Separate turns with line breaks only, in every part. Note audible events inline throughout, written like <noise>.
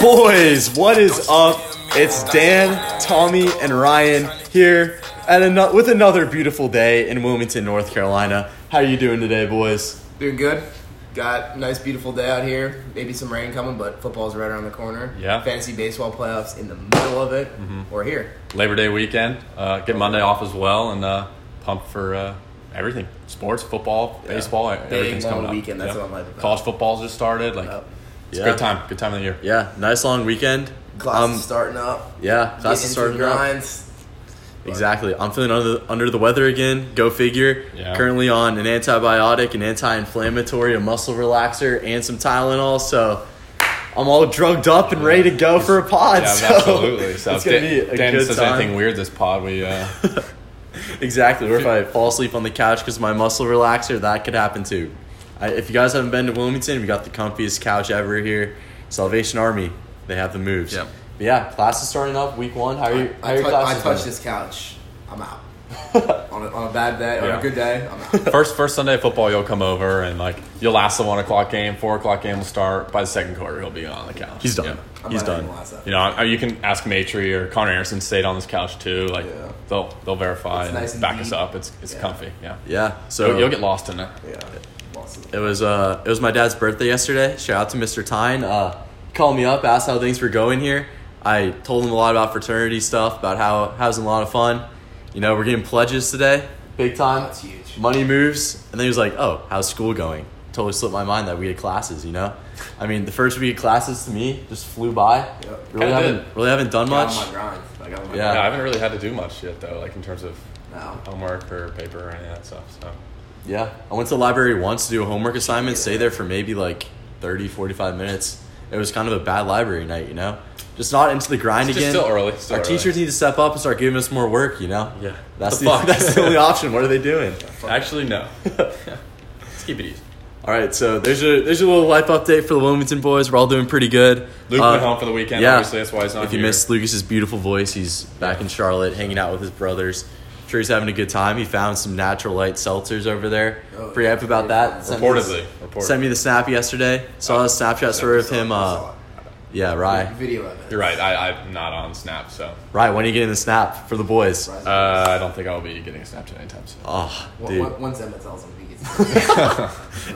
Boys, what is up? It's Dan, Tommy, and Ryan here at ano- with another beautiful day in Wilmington, North Carolina. How are you doing today, boys?
Doing good. Got a nice, beautiful day out here. Maybe some rain coming, but football's right around the corner.
Yeah.
Fantasy baseball playoffs in the middle of it.
Mm-hmm.
We're here.
Labor Day weekend. Uh, get Monday off as well, and uh, pump for uh, everything: sports, football, baseball. e-, everything's
long
coming up.
weekend, that's what I'm hyped about.
College football's just started. Like,
Yep.
it's
Yeah.
a good time. Good time of the year.
Yeah, nice long weekend.
Classes
Um,
starting up.
yeah,
Getting
classes
into
starting
the
up.
grinds.
Exactly. I'm feeling under the, under the weather again. Go figure.
Yeah.
Currently on an antibiotic, an anti-inflammatory, a muscle relaxer, and some Tylenol. So I'm all drugged up and ready to go for a pod.
Yeah,
so
absolutely.
<laughs>
So
it's
if
gonna
Dan,
be a
Dan
good
says
time.
anything weird this pod, we uh,
Exactly. Or if I fall asleep on the couch because my muscle relaxer, that could happen too. I, if you guys haven't been to Wilmington, we got the comfiest couch ever here. Salvation Army, they have the moves.
Yep.
But yeah, class is starting up week one. How are you? How are
I,
your
tou- I
classes
touch
going?
this couch. I'm
<laughs>
out. on, a, on a bad day, on
Yeah.
a good day, I'm out.
first first Sunday of football, you'll come over and like you'll last the one o'clock game, four o'clock game will start. By the second quarter, he'll be on the couch.
He's done.
Yeah.
I'm
He's
not even
done.
gonna last that.
You know, I- you can ask Matry or Connor Anderson stayed on this couch too. Like
Yeah.
they'll they'll verify
It's
and
nice and
back
deep.
us up. It's it's
Yeah.
comfy. Yeah.
Yeah. So
So you'll get lost in it.
Yeah. Lost it.
It was uh, it was my dad's birthday yesterday. Shout out to Mr. Tyne. Uh, he called me up, asked how things were going here. I told him a lot about fraternity stuff, about how how's a lot of fun. You know, we're getting pledges today, big time.
That's huge.
Money moves, and then he was like, "Oh, how's school going?" Totally slipped my mind that we had classes. You know, I mean, the first week of classes to me just flew by. Really
Kinda
haven't
did.
really haven't done
Got
much.
on my grind. I got on my
Yeah.
Yeah, I haven't really had to do much yet though, like in terms of
grind now.
homework or paper or any of that stuff. So
Yeah. I went to the library once to do a homework assignment, stay there for maybe like 30, 45 minutes. It was kind of a bad library night, you know? Just not into the grind
It's just
again.
still early, it's still
Our
early.
teachers need to step up and start giving us more work, you know?
Yeah.
That's
The
the,
fuck?
that's the only option. What are they doing?
actually, no. <laughs> Let's keep it easy.
All right, so there's your there's your little life update for the Wilmington boys. We're all doing pretty good.
Luke
Uh,
went home for the weekend.
yeah.
Obviously, that's why he's not
If you
here.
missed Lucas's beautiful voice, he's back in Charlotte hanging out with his brothers. I'm sure he's having a good time. He found some natural light seltzers over there.
Oh,
Pretty
yeah.
hype about that. Sent me-
reportedly, reportedly.
Sent me the snap yesterday. Saw a Snapchat story of him. Uh, yeah, Rye.
Video of it.
You're right. I, I'm not on Snap, so
Rye, when are you getting the snap for the boys?
Right.
uh, I don't think I'll be getting a Snapchat anytime soon.
Oh,
One-
dude.
one- Once Emma tells him he gets
<laughs>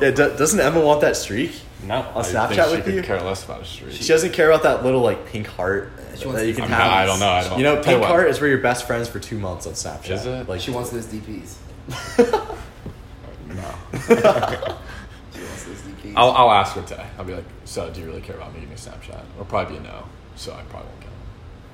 Yeah, do, doesn't Emma want that streak?
No, on I
Snapchat
think she
with
could
you?
care less about a streak.
She doesn't care about that little like pink heart
she wants
that you
to-
can
I'm
have.
not- I don't know. I don't.
You know,
Tell
pink
what,
heart is where you're best friends for two months on Snapchat.
Is it?
Like
She wants those DPs. <laughs>
No.
She wants those DPs.
I'll, I'll ask her today. I'll be like, so do you really care about me getting a Snapchat? It'll probably be a no. So I probably won't get it.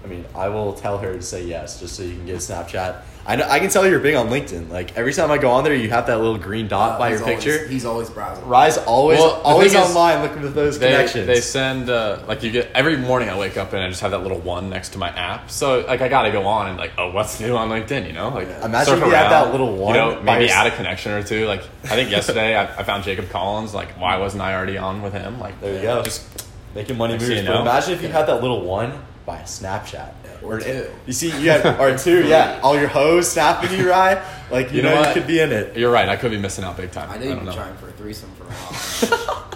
I mean, I will tell her to say yes, just so you can get Snapchat. I know, I can tell you're big on LinkedIn. Like every time I go on there, you have that little green dot
Uh,
by
he's
your
always-
picture.
He's always browsing.
Rise always
Well, the
always
thing is,
online looking for those
They,
connections.
they send uh, like you get every morning. I wake up and I just have that little one next to my app. So like I gotta go on and like oh what's new on LinkedIn? You know like
Yeah.
Imagine
surf
if you had
around,
that little one
You know
by
maybe
your-
add a connection or two. Like I think yesterday I, I found Jacob Collins. Like why wasn't I already on with him? Like
there you go,
Just
making money
Next
moves.
thing you
But
know.
imagine if you had that little one by Snapchat.
Or two.
You see, you have or two, yeah. All your hoes snapping you, Rye. Like you,
You
know,
know
you
what?
could be in
<laughs>
it.
you're right. I could be missing out big time.
I
I,
know you've
don't
been
know.
trying for a threesome for a
<laughs>
while.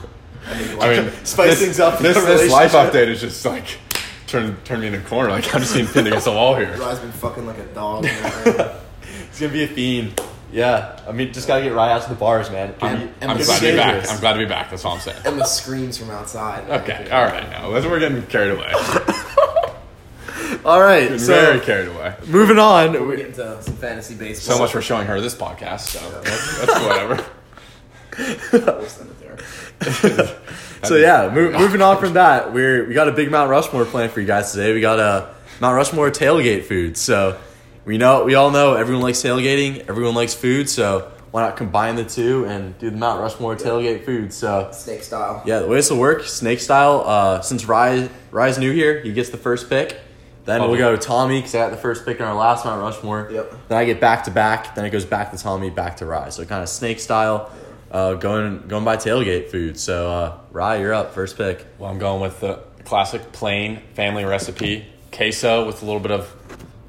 I think you
I
<laughs>
like
mean,
Spice
this-
things up in
This,
your
this life
relationship.
update is just like turned turned me in a corner. Like I'm just being pinned against a wall here.
Rye's been fucking like a dog. in that room.
<laughs>
It's gonna be a fiend. Yeah, I mean, just gotta get Rye out to the bars, man. It could
I'm-
be-
I'm
it
I'm
could
glad to be back.
dangerous.
I'm glad to be back. That's all I'm saying.
Emma screams from outside.
Okay, all right. Now let's- we're getting carried away.
All right,
Getting
so
very carried away.
moving on.
We're
we-
getting to some fantasy baseball.
So much for showing her this podcast. So that's, that's whatever.
We'll send it there.
So yeah, mo- moving on from that, we're we got a big Mount Rushmore plan for you guys today. We got a Mount Rushmore tailgate food. So we know we all know everyone likes tailgating, everyone likes food. So why not combine the two and do the Mount Rushmore tailgate food? So
Snake style.
yeah, the way this will work, snake style. Uh, since Rye Rye's new here, he gets the first pick. Then
Oh.
we'll go Tommy because I got the first pick in our last Mount Rushmore.
Yep.
Then I get back to back. Then it goes back to Tommy, back to Rye. So kind of snake style, uh, going going by tailgate food. So uh, Rye, you're up, first pick.
<laughs> Well, I'm going with the classic plain family recipe: queso with a little bit of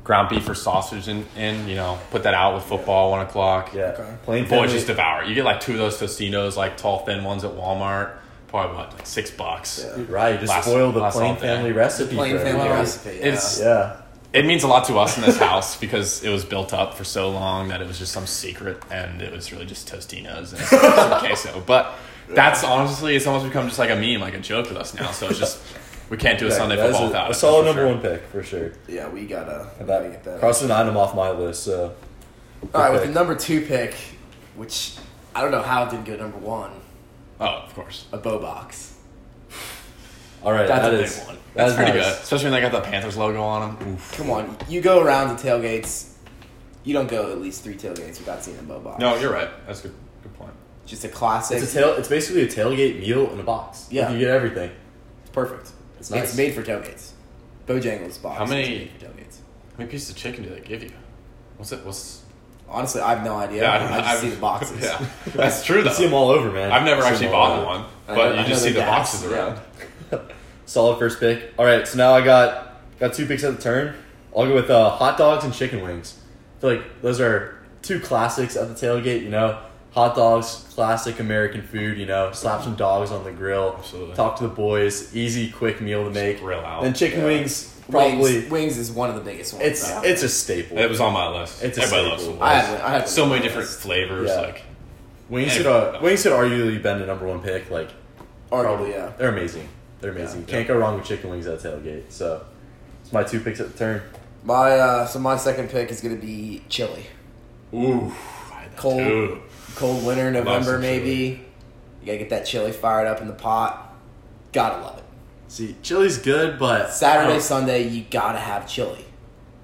ground beef or sausage in. in you know, put that out with football one o'clock.
Yeah.
Okay.
Plain
Boy,
family-
just devour. it. You get like two of those Tostinos, like tall, thin ones at Walmart. probably what like six bucks.
Right, just
Last-
spoil the
last
plain
all day.
family recipe.
Plain
for
family
everyone.
recipe. Yeah.
It's-
Yeah.
It means a lot to us in this house because it was built up for so long that it was just some secret, and it was really just Tostinos and some queso. But that's honestly, it's almost become just like a meme, like a joke with us now. So it's just we can't do a Sunday
That is
football
a-
without it.
A
that's
solid
for
number
sure.
one pick for sure.
yeah, we gotta, we gotta get
That
that.
crossing an item off my list. So
All right, with
pick.
the number two pick, which I don't know how it didn't go number one,
Oh, of course.
a bow box.
all right,
That's
that
a big
is-
one.
that
That's
is
pretty
nice.
good, especially when they got the Panthers logo on them. Oof.
Come on, you go around to tailgates. You don't go at least three tailgates without seeing a bow box.
No, you're right. That's a good. Good point.
just a classic.
It's a tail. It's basically a tailgate meal in a box.
Yeah.
you get everything.
It's perfect.
It's
It's,
nice.
made for tailgates. Bojangles box.
How many-
is made for tailgates?
How many pieces of chicken do they give you? What's it? What's
Honestly, I have no idea.
I
I,
don't know.
just
I've- <laughs>
see the boxes.
Yeah,
<laughs>
that's true
You see them
though.
all over, man.
I've never
See 'em
actually
all
bought
over.
one,
I
but
know-
you
I
just
know
see the
they're gas,
boxes around.
Solid first pick. All right, so now I got got two picks at the turn. I'll go with uh, hot dogs and chicken wings. I feel like those are two classics at the tailgate. You know, hot dogs, classic American food. You know, slap some dogs on the grill.
Absolutely.
Talk to the boys. Easy, quick meal to make.
grill out.
Then chicken
Yeah.
wings, probably.
Probably wings, wings is one of the biggest ones.
It's
though.
it's a staple.
It was on my list.
It's a
Everybody loves
staple.
it.
I have, I have
so many different flavors.
Yeah.
Like
Wings
Hey,
should uh,
no.
wings should arguably been the number one pick. Like
Arguably, yeah.
they're amazing. They're amazing.
Yeah.
Can't go wrong with chicken wings at tailgate. So it's my two picks at the turn.
My uh, so my second pick is gonna be chili.
ooh,
Cold,
Dude.
cold winter, November
some chili.
maybe. You gotta get that chili fired up in the pot. Gotta love it.
See, chili's good, but
Saturday,
Oh.
I don't-
Sunday, you gotta have chili.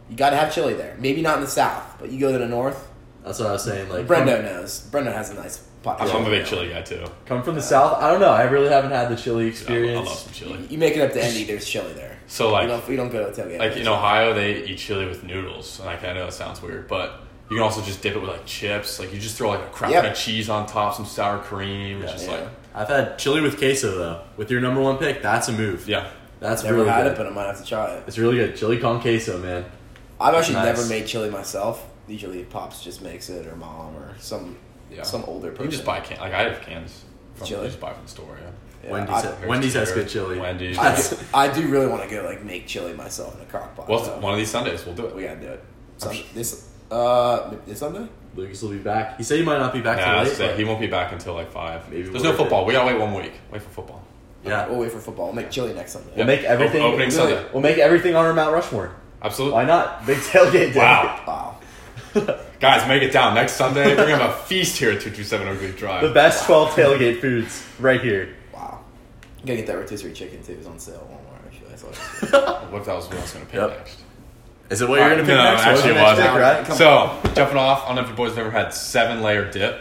You gotta have chili there. Maybe not in the south, but you go to the north.
That's what I was saying. Like
Brendo
Come,
knows. Brendo has a nice pot.
Um, I'm, I'm a big chili guy too.
come from the south. I don't know. I really haven't had the chili
I, I
experience.
love some chili.
You make it up to Indy, there's chili there.
So
we
like,
don't, we don't go to a tailgate.
like in Ohio, they eat chili with noodles. And like, I know that sounds weird, but you can also just dip it with like chips. Like you just throw like a crap
Yep.
ton of cheese on top, some sour cream. It's
Yeah.
just
Yeah.
like
I've had chili with queso though. With your number one pick, that's a move.
yeah,
that's
never
really
had
good.
it, but I might have to try it.
it's really good. Chili con queso, man.
I've actually
Nice.
never made chili myself. Usually, pops just makes it, or mom, or some
Yeah.
some older
you
person.
can just buy can. Like I have cans. From,
Chili?
You just buy from the store. Yeah.
Yeah,
Wendy's,
I,
Wendy's has
Here,
good chili.
Wendy's.
I,
That's- <laughs>
do, I do really want to go like make chili myself in a crock pot.
Well,
though.
one Oh, of these Sundays we'll do it.
we gotta do it.
I'm
Some,
sure-
this uh this Sunday.
Lucas will be back. He said he might not be back
Nah,
till
that's
late.
it. He won't be back until like five.
Maybe
There's
we'll
no
do it.
football. We gotta wait one week. Wait for football.
but- yeah.
We'll wait for football. We'll make chili next Sunday.
We'll
Yeah.
make everything.
Opening Sunday.
We'll make everything on our Mount Rushmore.
Absolutely.
Why not? Big tailgate day.
Wow.
Wow.
Guys, make it down next Sunday. We're gonna have a feast here at 227 Oak Creek
The
Drive.
best 12 tailgate foods right here.
Wow. You gotta get that rotisserie chicken too. It was on sale at Walmart actually. I saw it.
What if that was what I was gonna pick
Yep.
next?
Is it what you're
Alright,
going to pick
no,
next?
actually
What was
it
your
wasn't.
next pick, right?
So jumping off, I don't know if you boys have ever had seven layer dip.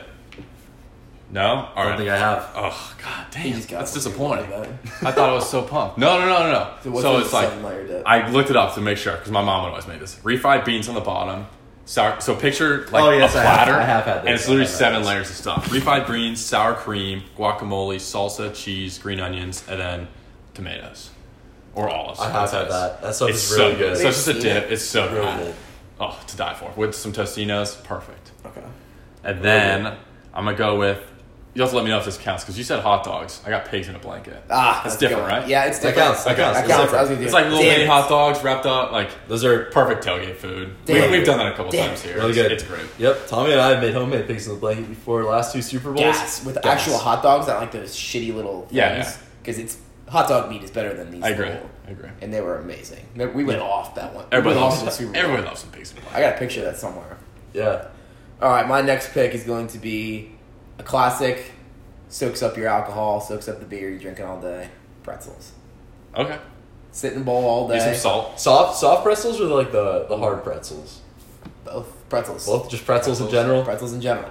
No, all
I don't think
right.
I have.
Oh god
<laughs> You
damn,
just got
that's
one.
disappointing.
You're right.
I thought I was so pumped. No, no, no, no,
So
no.
what's
So
in
it's
the
like
seven-layer dip?
I looked it up to make sure because my mom would always make this refried beans on the bottom. Sour, so picture like
Oh, yes,
a
I have-
platter,
I have had this.
and it's literally
I have had
seven
this.
layers of stuff: refried beans, sour cream, guacamole, salsa, cheese, green onions, and then tomatoes or olives.
I have
That's
had
it.
that. That stuff
It's
is really good.
so good. So it's just a dip. It's so
Really
good.
good.
Oh, to die for. With some Tostinos, perfect.
Okay.
And then I'm gonna go with. You have to let me know if this counts because you said hot dogs. I got pigs in a blanket.
Ah,
that's
a good
different,
one.
right?
Yeah, it's
That
different.
counts, that counts,
That
it's
counts. I
different.
was gonna do
It's
it.
like little
Damn
mini
it.
hot dogs wrapped up. Like
Those are
perfect tailgate food.
Damn.
We, we've done that a couple
Damn.
times here.
really
It's-
good.
It's great.
Yep. Tommy and I have made homemade pigs in the blanket before last two Super Bowls.
gas with
Gas.
actual hot dogs, not like those shitty little things.
Yeah, yeah.
Because it's hot dog meat is better than these.
I agree.
little-
I agree.
and they were amazing. Remember, We went off that one. We
Everybody
went off
loves
to the Super Bowl.
Everybody loves some pigs in a
I
blanket.
got a picture of that somewhere.
Yeah.
All right, my next pick is going to be a classic. Soaks up your alcohol, soaks up the beer you're drinking all day. Pretzels.
Okay.
Sit in a bowl all
Need some
day.
salt.
Soft soft pretzels or like the, the hard pretzels?
Both pretzels.
Both just pretzels, in
Pretzels.
general.
Pretzels in general.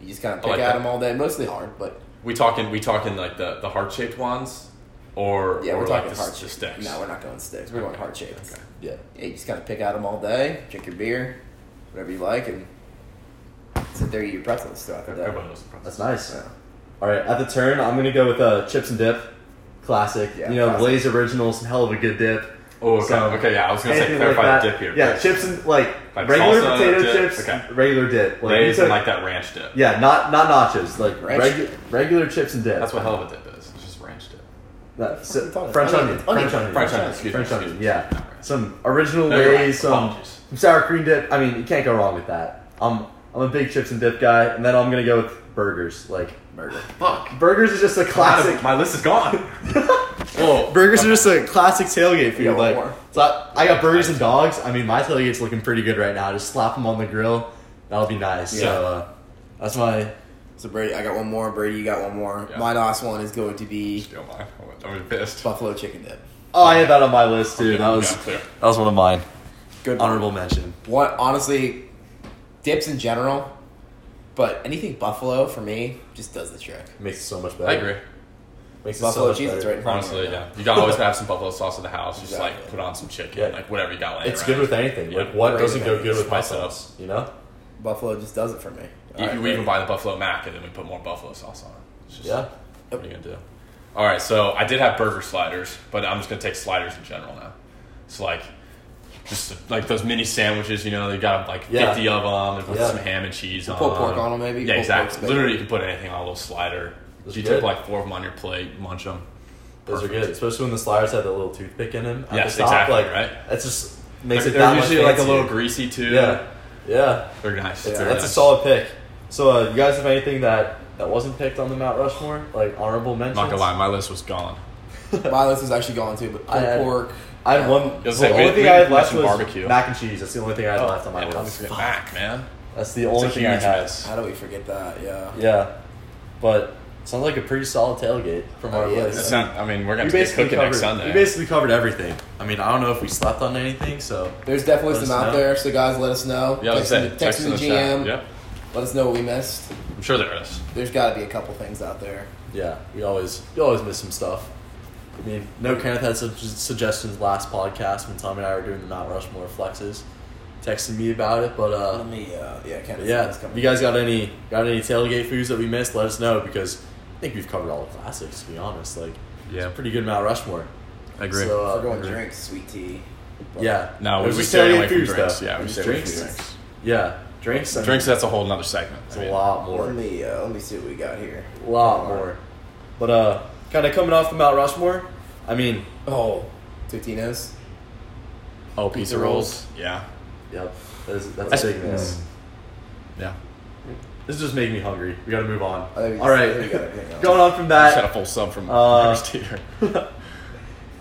You just kind of pick
like
at
that.
them all day. Mostly hard, but
We talking we talking like the, the heart shaped ones, or
yeah,
or
we're
like
talking
the,
hard
the
shapes.
sticks.
No, we're not going sticks. We're going hard shapes.
Okay.
Yeah.
Yeah, you just kind of pick at them all day, drink your beer, whatever you like, and sit there eat your pretzels throughout the day.
Everybody loves some pretzels.
That's nice.
Yeah.
All right, at the turn, I'm gonna go with uh, chips and dip, classic.
Yeah,
you know,
classic.
Blaze Originals, hell of a good dip.
Oh, okay.
So,
okay, yeah. I was gonna say
Anything like
clarify
that.
the dip here.
Yeah,
but
chips and like,
Like
regular
salsa
potato
dip,
chips,
okay.
regular dip. Like,
Lay's
you
and
took-
like that ranch dip.
Yeah, not not nachos, like
Ranch
regu-
dip.
regular chips and dip.
That's what hell of a dip is. It's just ranch.
That,
fuck are you talking
French
about?
onion.
Onion.
French onion.
French onion, excuse me,
French
excuse
onion.
me.
Yeah. Some original
No, you're
way.
right.
Some,
Apologies.
some sour cream dip. I mean, you can't go wrong with that. I'm I'm a big chips and dip guy, and then I'm gonna go with burgers. Like
Burger.
Fuck.
burgers is just a classic.
<laughs> My list is gone. Whoa.
Burgers are just a classic tailgate food.
Yeah, one
like,
more.
so I, I got burgers and dogs. I mean, my tailgate's looking pretty good right now. Just slap them on the grill. That'll be nice. So
Yeah.
uh, that's my.
So Brady, I got one more. Brady, you got one more.
Yeah.
My last one is going to be
Still mine. I'm gonna be pissed.
buffalo chicken dip.
Oh, I had that on my list too.
Yeah,
That was
yeah, clear.
that was one of mine.
Good one.
Honorable mention.
What honestly, dips in general, but anything buffalo for me just does the trick.
Makes it so much better.
I agree.
uh,
Makes it
Buffalo
so much
cheese, it's
better.
right in front
Honestly,
of me.
yeah. You gotta
<laughs>
always have some buffalo sauce at the house. Just like
Exactly.
put on some chicken,
Yeah.
like whatever you got laying
It's
around.
good with anything.
Yeah.
Like, what
Right.
doesn't go good with my
Spice it
sauce? You know?
Buffalo just does it for me.
You-
All right,
we even
Brady.
buy the buffalo mac and then we put more buffalo sauce on it. It's just,
Yeah.
What are you gonna do? All right, so I did have burger sliders, but I'm just gonna take sliders in general now. So like, just like those mini sandwiches, you know, they got like
Yeah.
50 of them, and put
Yeah.
some ham and cheese on.
put pork on 'em, maybe?
Yeah,
Pulled pork's
exactly.
better.
Literally, you can put anything on a little slider.
That's
you
good.
take like four of them on your plate, munch them.
Those are good, especially when the sliders have that little toothpick in them. At
Yes,
the top.
exactly,
Like,
right?
That's just makes
they're,
it that
they're
much
usually like a
fancier.
little greasy too.
Yeah, yeah.
they're nice.
That's,
They're
that's a
nice.
solid pick. So, uh, you guys have anything that that wasn't picked on the Mount Rushmore, like honorable mentions?
Not gonna lie, my list was gone.
My list is actually going to, but
I had-
pulled pork.
<laughs> I had one.
was
the
like, we-
only thing
we
I had
mentioned
left was
barbecue. Oh,
mac and cheese. That's the only thing Oh, I had left on my
Yeah, don't
list.
forget Mac, man.
That's the
It's
only
a
thing I
huge
had.
mess.
How do we forget that? Yeah.
Yeah, but sounds like a pretty solid tailgate from our
Oh, yeah,
list.
It's not. I mean, we're
We
gonna have to get
basically
cooking next
covered.
Sunday.
We basically covered everything. I mean, I don't know if we slept on anything, so
There's definitely
Let us
some out
know.
there, so guys, let us know.
yeah, I was
text
gonna
the,
say,
text
text
the
in the chat.
GM.
Yep,
Let us know what we missed.
I'm sure there is.
There's got to be a couple things out there.
yeah, we always we always miss some stuff. I mean, no Kenneth had some su- suggestions last podcast when Tommy and I were doing the Mount Rushmore flexes, texting me about it. But
Let
uh,
me, uh, yeah, Kenneth's
yeah,
Kenneth's
if you guys got any got any tailgate foods that we missed? Let us know because I think we've covered all the classics. To be honest, like
Yeah,
pretty good Mount Rushmore.
I
So, uh,
If we're going drinks, sweet tea.
yeah,
no,
It
we,
was
we
just
stay
tailgate
away from
foods,
drinks.
though.
Yeah,
It
we
was
stay away from
drinks.
drinks.
Yeah, drinks. I mean,
Drinks. That's a whole nother segment.
It's
I
a
mean,
lot more.
Let me, uh, let me see what we got here.
A lot more. But uh, kind of coming off the Mount Rushmore, I mean,
Oh, Totino's.
Oh,
pizza rolls.
Yeah,
yep, that's, that's a big miss.
yeah.
This just made me hungry. We gotta move on.
I think Oh, we-
All
I think
right,
we gotta hang on.
going on from
Just had a
that,
full sub from
Uh,
Chris Teeter.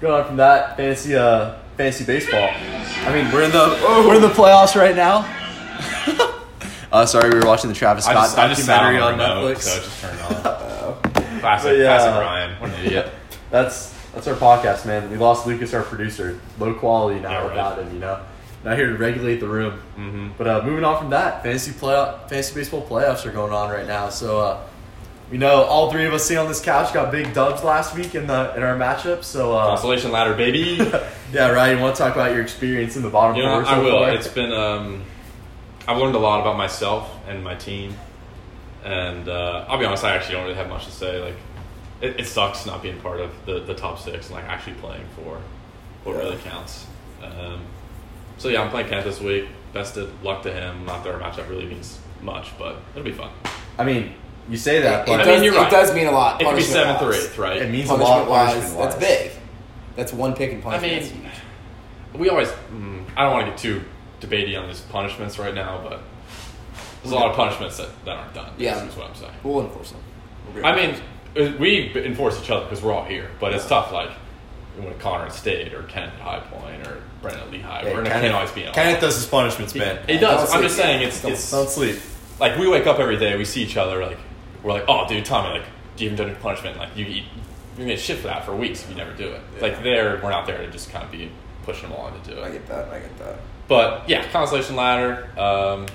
going on from that, fancy uh, fancy baseball. I mean, we're in the
Oh.
we're in the playoffs right now. <laughs> uh, sorry, we were watching the Travis
I
Scott
just, I just sat on
documentary
the
on Netflix.
remote,
Uh,
so I
<laughs>
just turned it on. Classic,
But yeah.
classic Ryan. What
<laughs>
an idiot.
That's that's our podcast, man. We lost Lucas, our producer. Low quality now
Yeah, right.
without him, you know. Not here to regulate the room.
Mhm.
But uh, moving on from that, fantasy playoff, fantasy baseball playoffs are going on right now. So uh, we know all three of us sitting on this couch got big dubs last week in the in our matchup. So uh,
Consolation ladder, baby.
<laughs> yeah, Ryan, want to talk about your experience in the bottom
You know,
four so
I will.
far?
It's been. Um, I've learned a lot about myself and my team, and uh, I'll be honest. I actually don't really have much to say. Like, it, it sucks not being part of the, the top six and like actually playing for what
Yeah.
really counts. Um, so yeah, I'm playing Kent this week. Best of luck to him. Not that our matchup really means much, but it'll be fun.
I mean, you say that,
It, it
but
I
it,
mean,
does,
you're
it
right.
does mean a lot.
It could be seventh or
punishment-wise.
eighth, right?
means a lot.
Punishment wise,
punishment-wise.
that's big. That's one pick and
I
punishment.
mean,
That's huge.
we always. Mm, I don't want to get too debatey on these punishments right now, but there's a lot of punishments that, that aren't done.
Yeah.
is what I'm saying.
we'll enforce them.
I mean, uh, we enforce each other because we're all here, but it's tough. Like when Connor at State or Kenneth at High Point or Brandon at Lehigh,
Hey,
we're not
Kenneth-
always be on.
Kenneth does his punishments, man.
He does.
Don't
I'm just
sleep.
saying, it's,
Don't-
it's
Don't sleep.
like we wake up every day, we see each other, like we're like, oh, dude, Tommy, like, do you even do any punishment? Like you, you you get shit for that for weeks if you never do it. Like there, we're not there to just kind of be pushing them along to do
I
it.
get that. I get that.
But yeah, consolation ladder. Um,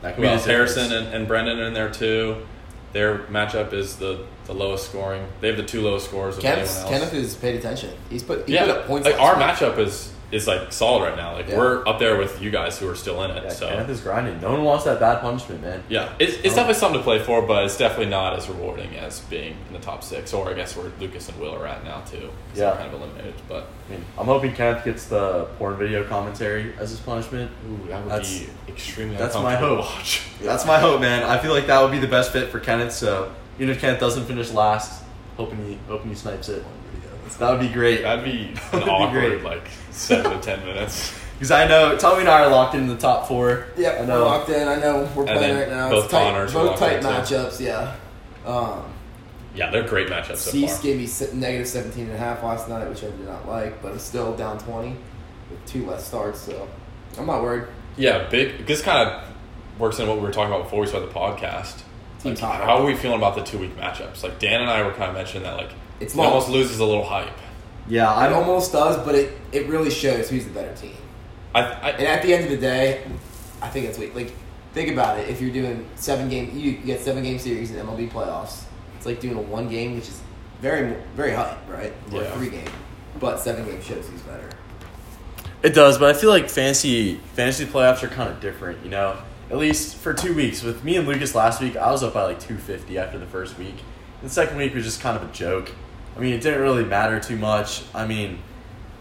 That could
we
be
have
the difference.
Harrison and, and Brendan in there too. Their matchup is the, the lowest scoring. They have the two lowest scores of
Kenneth,
anyone else.
Kenneth has paid attention. He's put he
yeah,
put up points.
like
last week.
our matchup is is like solid right now. Like
Yeah.
we're up there with you guys who are still in it.
Yeah,
so
Kenneth is grinding. No one wants that bad punishment, man.
yeah, it's, it's
Um,
definitely something to play for, but it's definitely not as rewarding as being in the top six. Or I guess where Lucas and Will are at now too. 'cause they're
Yeah.
kind of eliminated. But
I mean, I'm hoping Kenneth gets the porn video commentary as his punishment.
ooh, that would
That's-
be extremely
that's my
uncomfortable to
hope.
watch.
That's my hope, man. I feel like that would be the best fit for Kenneth. So even if Kenneth doesn't finish last, hoping he hoping he snipes it. That would be great.
<laughs>
<laughs>
That'd be an
That'd be
awkward
great.
like seven to ten minutes.
Because I know Tommy and I are locked into the top four.
Yep,
I
we're
know.
locked in. I know we're
And
playing
then
right now.
both
it's tight,
Connors are
both
locked
tight
in, too.
matchups. Yeah. Um,
Yeah, they're great matchups so
Cease
far.
gave me se- negative 17 and a half last night, which I did not like, but I'm still down 20 with two less starts, so I'm not worried.
Yeah, big. This kind of works in what we were talking about before we started the podcast.
Team
Like,
Tyler.
how are we feeling about the two week matchups? Like Dan and I were kind of mentioning that like
It's
it
long.
almost loses a little hype.
Yeah,
It
I
almost does, but it, it really shows who's the better team.
I, I
And at the end of the day, I think that's weak. Like, think about it. If you're doing seven game, you get seven game series in MLB playoffs. It's like doing a one game, which is very very hype, right? Or
Yeah.
three game, but seven game shows who's better.
it does, but I feel like fantasy fantasy playoffs are kind of different, you know. At least for two weeks. With me and Lucas last week, I was up by like two fifty after the first week. The second week was just kind of a joke. I mean, it didn't really matter too much. I mean,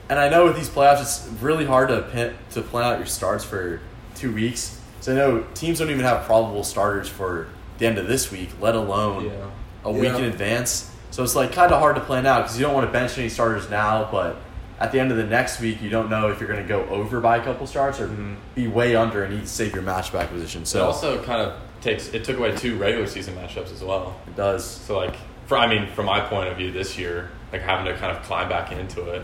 and I know with these playoffs, it's really hard to pin, to plan out your starts for two weeks. So I know teams don't even have probable starters for the end of this week, let alone a week
Yeah.
in advance. So it's like kind of hard to plan out because you don't want to bench any starters now, but at the end of the next week, you don't know if you're going to go over by a couple starts or
Mm-hmm.
be way under and need to save your matchback position.
It
So
also kind of takes it took away two regular season matchups as well.
it does.
So like, for I mean, from my point of view this year, like having to kind of climb back into it,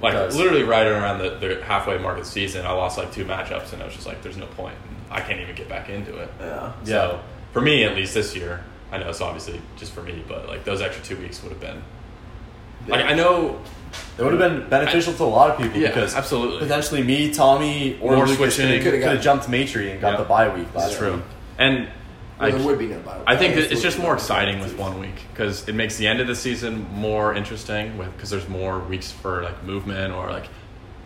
like
Does.
literally right around the, the halfway mark of the season, I lost like two matchups, and I was just like, there's no point. I can't even get back into it.
Yeah.
Yeah.
So for me, at least this year, I know it's obviously just for me, but like those extra two weeks would have been. Like I know,
It would have been beneficial to a lot of people
yeah,
because
absolutely,
potentially me, Tommy, or,
Or
Lucas
switching.
could
Could've got-
have jumped Matry and got
Yeah.
the bye week last
that's true.
week.
And
Well, there
I,
would be no bye.
I think that
There
it's just
would be
more
no bye.
exciting with one week because it makes the end of the season more interesting with because there's more weeks for like movement or like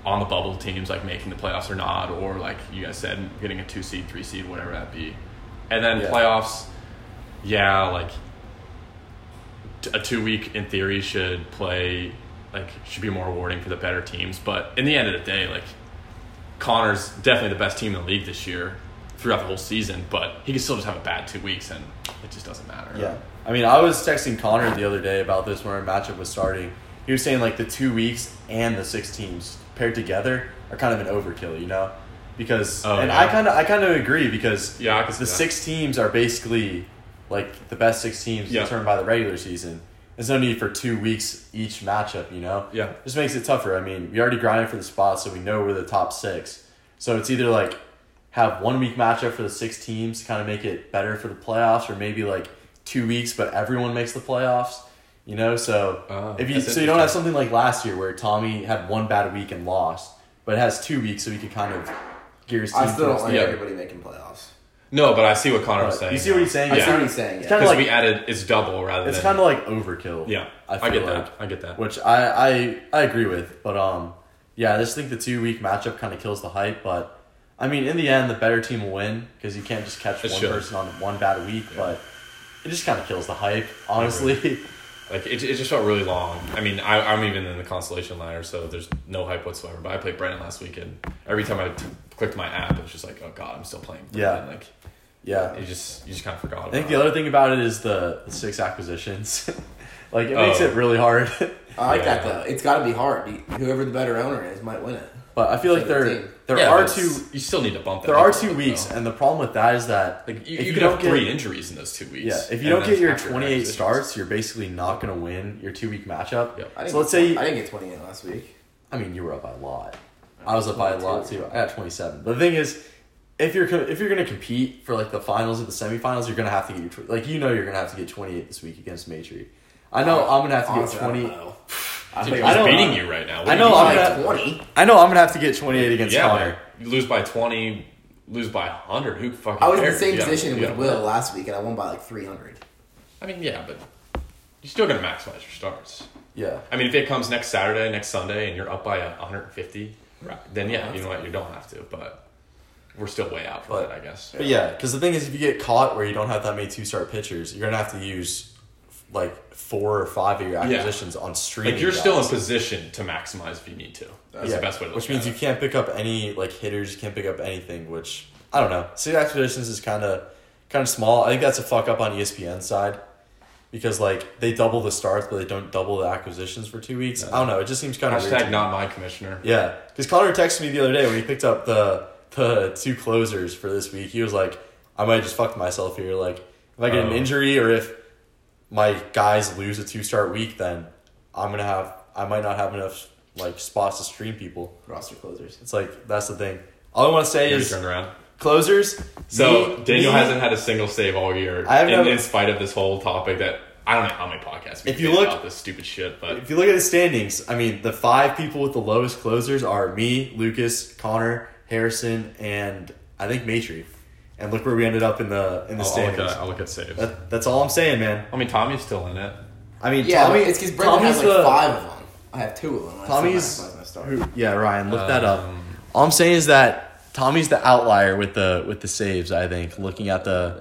on the bubble teams like making the playoffs or not or like you guys said getting a two seed three seed whatever that be and then
Yeah.
playoffs yeah like t- a two week in theory should play like should be more rewarding for the better teams but in the end of the day like Connor's definitely the best team in the league this year throughout the whole season, but he can still just have a bad two weeks and it just doesn't matter.
Yeah. I mean, I was texting Connor the other day about this when our matchup was starting. He was saying like the two weeks and the six teams paired together are kind of an overkill, you know? Because
Oh,
and
yeah.
I kind of I kind of agree because
Yeah, I can see
the
that.
six teams are basically like the best six teams
Yeah.
determined by the regular season. There's no need for two weeks each matchup, you know.
Yeah.
just makes it tougher. I mean, we already grinded for the spot, so we know we're the top six. So it's either like have one week matchup for the six teams to kind of make it better for the playoffs, or maybe like two weeks, but everyone makes the playoffs. You know, so
Oh,
if you
that's
so you don't have something
interesting.
like last year where Tommy had one bad week and lost, but it has two weeks, so he could kind of gear his team.
I still don't
towards
like
the-
Yeah.
everybody making playoffs.
No, but I see what Connor was
But
saying.
you see what he's saying?
I
Yeah.
see what he's saying.
It's
yeah.
kinda
Because
like-
we added it's double rather
It's
than
kind of like overkill.
yeah. I, get
feel
that.
like.
I get that.
which I, I I agree with. But um, yeah, I just think the two week matchup kind of kills the hype. But I mean, in the end, the better team will win because you can't just catch
It
one
should.
person on one bad week. But it just kind of kills the hype, honestly. <laughs>
Like it, it just felt really long. I mean, I, I'm even in the constellation liner, so there's no hype whatsoever. But I played Brandon last week, and every time I t- clicked my app, it was just like, oh god, I'm still playing.
Yeah.
Brandon. Like
yeah,
you just you just kind of forgot.
I think
about
the
it.
other thing about it is the, the six acquisitions. <laughs> like it makes
Oh.
it really hard. <laughs>
I like
Yeah.
that though. It's got to be hard. Whoever the better owner is might win it.
but I feel like there
Seventeen.
there
Yeah,
are
but
two.
You still need to bump. That
There are
up a
two
bit,
weeks,
though.
and the problem with that is that
Like you,
if
you, could have
don't get-
three injuries in those two weeks.
Yeah, if you don't
And that's
get your
after
28
acquisitions.
starts, you're basically not going to win your two week matchup.
Yep.
I didn't
So let's
get-
say,
I
I,
didn't get 28 last week.
mean, you were up by a lot. I was up by a lot too. I got 27. But the thing is, if you're co- if you're going to compete for like the finals or the semifinals, you're going to have to get your tw- like you know you're going to have to get 28 this week against Matry. I know Oh, I'm going to have to
Oh, Honestly,
get 20.
I don't know.
Dude,
think-
he's
I don't-
beating you right now. What
I
do
know,
you mean?
I'm
Like
gonna-
20.
I know I'm going to have to get 28 against
yeah,
Connor.
like, you lose by twenty, lose by hundred. Who fucking?
I was in the
cares?
same
You gotta-
position
you
with
gotta
Will
win.
last week, and I won by like 300.
I mean, yeah, but you're still gonna maximize your starts.
Yeah.
I mean, if it comes next Saturday, next Sunday, and you're up by a 150, right, then yeah, you know what, you don't have to. But we're still way out for
But-
that, I guess.
But yeah, because the thing is, if you get caught where you don't have that many two star pitchers, you're gonna have to use like four or five of your acquisitions on stream.
Like you're still in position to maximize if you need to. That's the best way to look
Which means
at
you can't pick up any like hitters, you can't pick up anything. Which E I don't know. City acquisitions is kind of kind of small. I think that's a fuck up on ESPN side because like they double the starts, but they don't double the acquisitions for two weeks. I don't know. It just seems kind of weird. to
Hashtag
me.
not my commissioner.
Yeah, because Connor texted me the other day when he picked up the the two closers for this week. He was like, "I might just fuck myself here. Like, if I get an
Oh.
injury or if my guys lose a two start week, then I'm gonna have I might not have enough like spots to stream people."
roster closers.
It's like that's the thing. All I want to say
Maybe
is
turn around.
closers.
So
me-
Daniel
me-
hasn't had a single save all year,
I have
in,
never-
in spite of this whole topic that I don't know how many podcasts we
If
did
you look-
about this stupid shit, but
If you look at the standings, I mean, the five people with the lowest closers are me, Lucas, Connor, Harrison, and I think Matry. And look where we ended up in the in the
I'll, I'll look
standings.
at, I'll look at saves.
That, that's all I'm saying, man.
I mean, Tommy's still in it.
I mean,
Yeah,
Tommy,
but it's because Brendan
Tommy's
has like
the-
five of them. I have two of them. That's
Tommy's-
not my- my start.
who- yeah, Ryan, look that up.
Um,
All I'm saying is that Tommy's the outlier with the with the saves. I think looking at the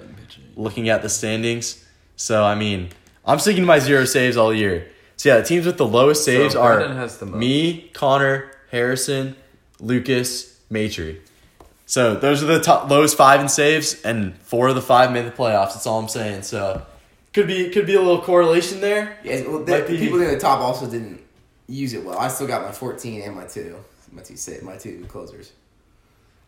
looking at the standings. So I mean, I'm sticking to my zero saves all year. So yeah, the teams with the lowest saves are
Brendan has the most.
me, Connor, Harrison, Lucas, Matry. So those are the top lowest five in saves, and four of the five made the playoffs. That's all I'm saying. So could be could be a little correlation there.
Yeah, well, the,
Might
the
be-
people near the top also didn't use it well. I still got my 14 and my two, my two sa- my two closers.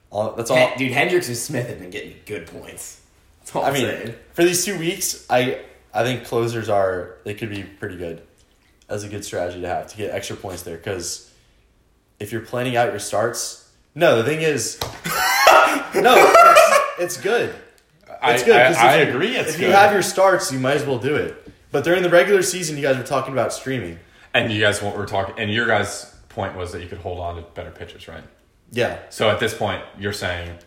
All, that's all.
Hen- Dude, Hendricks and Smith have been getting good points. That's all
I
I'm
mean,
saying.
for these two weeks, I I think closers are they could be pretty good as a good strategy to have to get extra points there because if you're planning out your starts, no, the thing is, <laughs> no, it's, it's good.
I,
It's good.
I,
'cause if
I
you-
agree. It's
if
good.
you have your starts, you might as well do it. But during the regular season, you guys were talking about streaming.
and you guys what we're talking, and your guys' point was that you could hold on to better pitchers, right?
Yeah,
So at this point, you're saying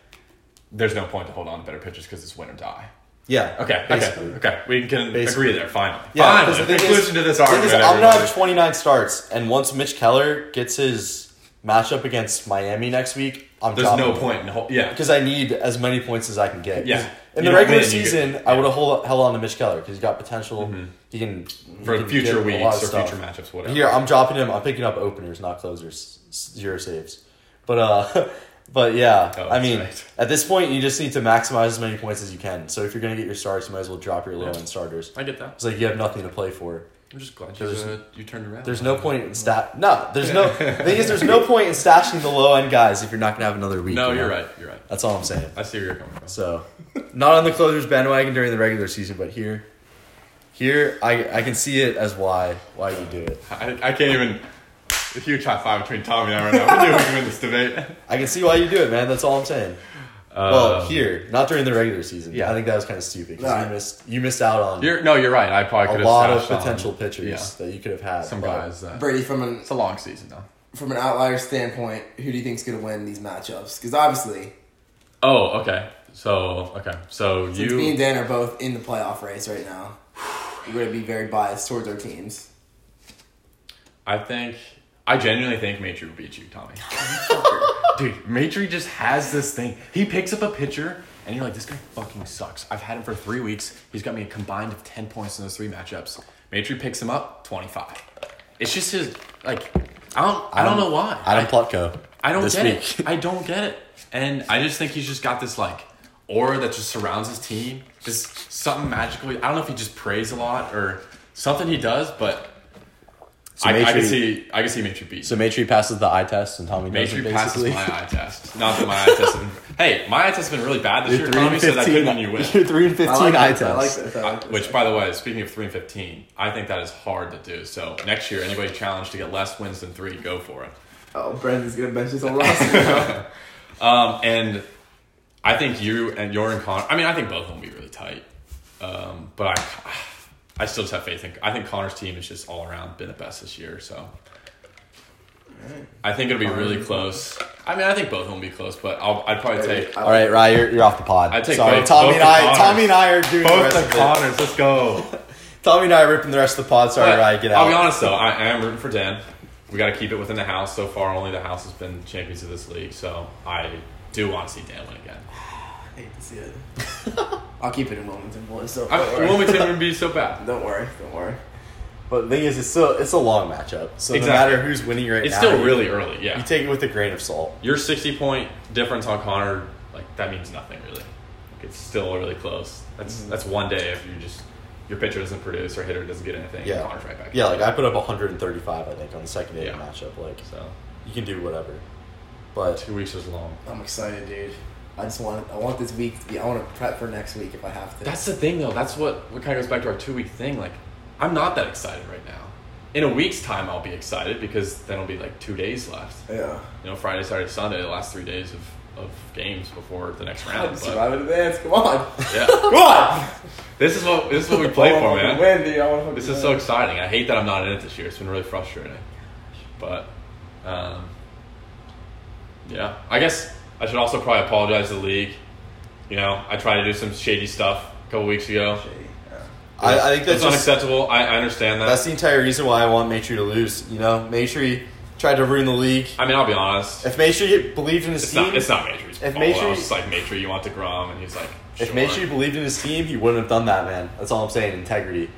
there's no point to hold on to better pitchers because it's win or die.
yeah.
Okay,
basically.
okay, okay. We can
Basically.
agree there. Finally,
Yeah, 'cause
finally.
the thing
Conclusion
is-
to this
the thing
argument.
is, I'm gonna
everyone.
have 29 starts, and once Mitch Keller gets his matchup against Miami next week, I'm
There's
dropping
no
him.
point in hol- yeah.
because I need as many points as I can get. 'Cause
Yeah.
In the
You don't
regular
win, you
season,
get- Mm-hmm.
I would have held, held on to Mitch Keller because he's got potential. He can he
for
can give
future
a lot
weeks
of
or
stuff.
future matchups, whatever.
Here, I'm dropping him. I'm picking up openers, not closers. S- Zero saves, but uh, <laughs> but yeah.
Oh,
I
that's
mean,
right.
at this point, you just need to maximize as many points as you can. So if you're gonna get your starts, you might as well drop your low end starters.
I get that.
It's like you have nothing to play for.
I'm just glad you,
There's-
uh, you turned around.
There's no point in stat. No, there's no. thing is, there's no point in stashing the low end guys if you're not gonna have another week.
No,
you
you're
know?
right. You're right.
That's all I'm saying.
I see where you're coming from.
So, not on the closers bandwagon during the regular season, but here, here I I can see it as why why you do it.
I, I can't even. A huge high five between Tommy and I right now. We're doing win this debate.
<laughs> I can see why you do it, man. That's all I'm saying. well,
Um,
here, not during the regular season. Yeah, I think that was kind of stupid 'cause
Right.
you missed you missed out on
You're, no, you're right. I probably
a
could have
lot of
stashed on
potential pitchers
yeah.
that you could have had.
Some
but-
guys. That,
Brady, from an
it's a long season though.
from an outlier standpoint, who do you think's going to win these matchups? Because obviously,
Oh, okay. So okay. So
since
you.
me and Dan are both in the playoff race right now, we're going to be very biased towards our teams.
I think. I genuinely think Matry will beat you,
<laughs>
Tommy. Dude, Matry just has this thing. He picks up a pitcher, and you're like, this guy fucking sucks. I've had him for three weeks. He's got me a combined of 10 points in those three matchups. Matry picks him up, 25. It's just his, like, I don't, I don't know why.
Adam Plutko.
I don't
this
get
week.
it. I don't get it. And I just think he's just got this like aura that just surrounds his team. Just something magical. I don't know if he just prays a lot or something he does, but I, I can
Matry-
see I can see Matry beat.
So Matry passes the eye test and Tommy doesn't.
Matry passes
Basically,
my eye test. Not that my eye test. Has been, <laughs> hey, my eye test has been really bad this
<laughs> You're
year, Tommy. So that could mean you win.
<laughs> You're three and
I
fifteen
like
eye
this, I like
test.
this. I
Uh,
like this.
which, by the way, speaking of three and fifteen, I think that is hard to do. So next year, anybody challenged to get less wins than three, go for it.
Oh, Brendan's going to bench his whole roster.
Um, and I think you and your and Connor. I mean, I think both of them will be really tight. Um, but I, I still just have faith in. I think Connor's team has just all around been the best this year. So I think it'll be really close. I mean, I think both of them will be close, but I'll, I'd probably take
All right, Ryan, you're, you're off the pod.
I take
Sorry,
both-
Tommy and
both the
I.
Connors.
Tommy and I are doing the
both
rest
the
of it.
Connors. Let's go.
Tommy and I are ripping the rest of the pod. Sorry,
But
Ryan, get out.
I'll be honest though, I, I am rooting for Dan. We got to keep it within the house. So far, only the house has been champions of this league. So I do want to see Dan win again.
I hate to see
<laughs>
it. I'll keep it in Wilmington, boys. So
I,
don't worry.
Wilmington would be so bad.
Don't worry. Don't worry.
But the thing is, it's still it's a long matchup. So
Exactly.
no matter who's winning right
It's
now,
still
you-
really early. Yeah.
You take it with a grain of salt.
your 60 point difference on Connor,
Mm-hmm.
like that means nothing really. Like, it's still really close. That's that's one day if you just your pitcher doesn't produce or hitter doesn't get anything,
Yeah.
Connor's right back.
Yeah, like I put up 135, I think, on the second day of the
Yeah.
matchup. Like
So
you can do whatever, but
two weeks is long.
I'm excited, dude. I just want I want this week to be I want to prep for next week if I have to.
That's the thing, though. That's what what kind of goes back to our two week thing. Like, I'm not that excited right now. In a week's time, I'll be excited because then it'll be like two days left.
yeah.
You know, Friday, Saturday, Sunday, the last three days of, of games before the next round. But,
Survive in advance. Come
<laughs>
on.
yeah,
Come on.
this is what this is what we play for,
Oh,
man.
Win, dude. I want to
This is so exciting. I hate that I'm not in it this year. It's been really frustrating. But, um, yeah. I guess I should also probably apologize to the league. You know, I tried to do some shady stuff a couple weeks ago.
I, I think that's
It's
just,
unacceptable. I, I understand that.
that's the entire reason why I want Maitri to lose. You know, Maitri tried to ruin the league.
I mean, I'll be honest.
If Maitri believed in his
It's
team,
not. It's not Maitre's fault.
if
I
Matry-
was just like Maitre, you want to Grom, and he's like, sure.
if Maitri believed in his team, he wouldn't have done that, man. That's all I'm saying. Integrity,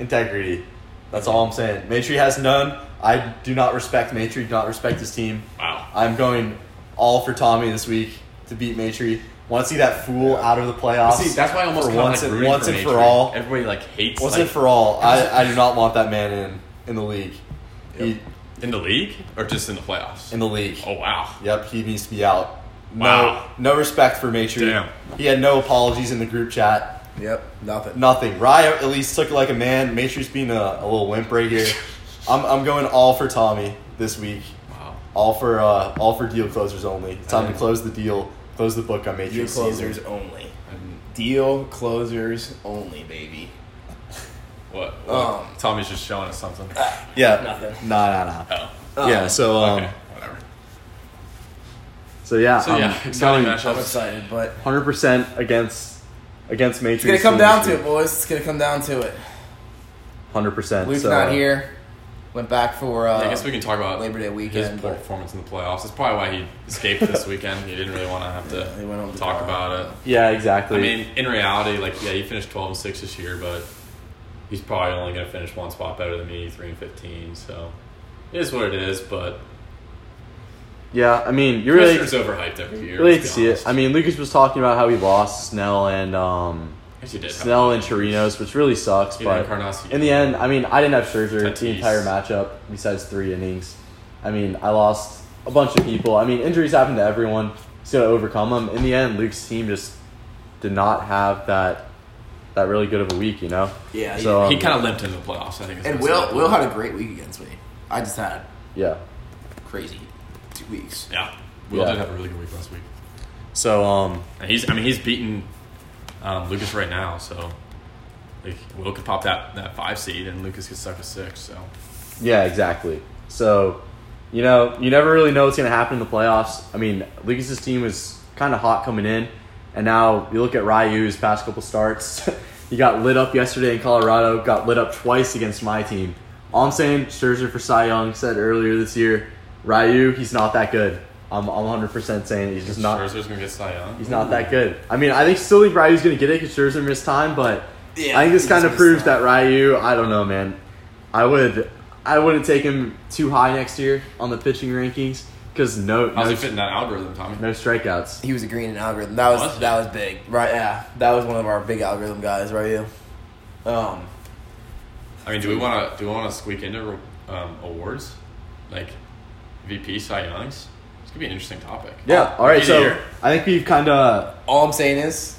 integrity. That's all I'm saying. Maitri has none. I do not respect Maitri. Do not respect his team.
Wow.
I'm going all for Tommy this week to beat Maitri. Want to see that fool out of the playoffs?
See, that's why I almost
for
kinda
once
like
and,
rooting
once
for
and
Maitre.
for all.
Everybody like hates
Once
like,
and for all, I, I do not want that man in in the league. He,
in the league or just in the playoffs.
in the league.
oh wow.
Yep, he needs to be out. No,
Wow.
no respect for Matry.
Damn.
He had no apologies in the group chat.
Yep. Nothing.
Nothing. Raya at least took it like a man. Matry's being a, a little wimp right
<laughs>
here. I'm, I'm going all for Tommy this week.
Wow.
All for uh, all for deal closers only. It's time to close the deal. Close the book on Matry's
Deal
season.
closers only.
And
Deal closers only, baby.
what? what?
Um, uh,
Tommy's just showing us something.
Yeah.
Nothing.
No, no, no.
Oh.
Uh,
yeah. So, um,
Okay. Whatever.
so
uh,
yeah.
So
um,
yeah, exciting matchups.
I'm excited, but
Hundred percent against against Matrix.
it's gonna come down to it, boys. It's gonna come down to it.
Hundred percent.
Luke's not here. Went back for. Uh,
uh, I guess we can talk about
Labor Day
His
weekend,
poor
but-
performance in the playoffs. That's probably why he escaped this weekend. He didn't really want to have
Yeah, he went home
to
to
talk
die.
about it.
Yeah, exactly.
I mean, in reality, like yeah, he finished twelve and six this year, but he's probably only going to finish one spot better than me, three and fifteen. So it is what it is. But
yeah, I mean, you really,
Fisher's overhyped every year.
really
let's be
see it.
honest.
I mean, Lucas was talking about how he lost Snell and um,
Yes, he did. have
Snell
it.
and Chirinos, which really sucks.
He
but
didn't Carnassi.
in the end, I mean, I didn't have Scherzer the
Tatis.
entire matchup besides three innings. I mean, I lost a bunch of people. I mean, injuries happen to everyone. He's gonna overcome them. In the end, Luke's team just did not have that that really good of a week. You know.
Yeah,
So um,
he kind of limped in the playoffs. I think. is
and
what
Will
it's
Will
about.
had a great week against me. I just had
yeah.
crazy two weeks.
yeah, Will
Yeah.
did have a really good week last week.
So um,
And he's I mean he's beating um, Lucas right now, so like Will could pop that, that five seed and Lucas could suck a six. So
Yeah, exactly. So, you know, you never really know what's going to happen in the playoffs. I mean, Lucas's team was kind of hot coming in, and now you look at Ryu's past couple starts. <laughs> he got lit up yesterday in Colorado, got lit up twice against my team. All I'm saying, Scherzer for Cy Young said earlier this year, Ryu, he's not that good. I'm, I'm 100% saying he's just not.
Scherzer's gonna get Cy Young.
He's not that good. I mean, I think still think Ryu's going to get it because Scherzer missed time, but
Yeah,
I think this
he's
kind of
gonna
proves
start.
that Ryu. I don't know, man. I would, I wouldn't take him too high next year on the pitching rankings because no,
How's
no,
he fitting that algorithm, Tommy?
no strikeouts.
He was agreeing in algorithm. That was,
Was he?
that was big. Right? Yeah, that was one of our big algorithm guys. Right? You. Um.
I mean, do we want to do we want to squeak into um, awards like VP Cy Youngs? It's gonna be an interesting topic.
Yeah. All right.
Rookie
So
of the year.
I think we've kind of,
All I'm saying is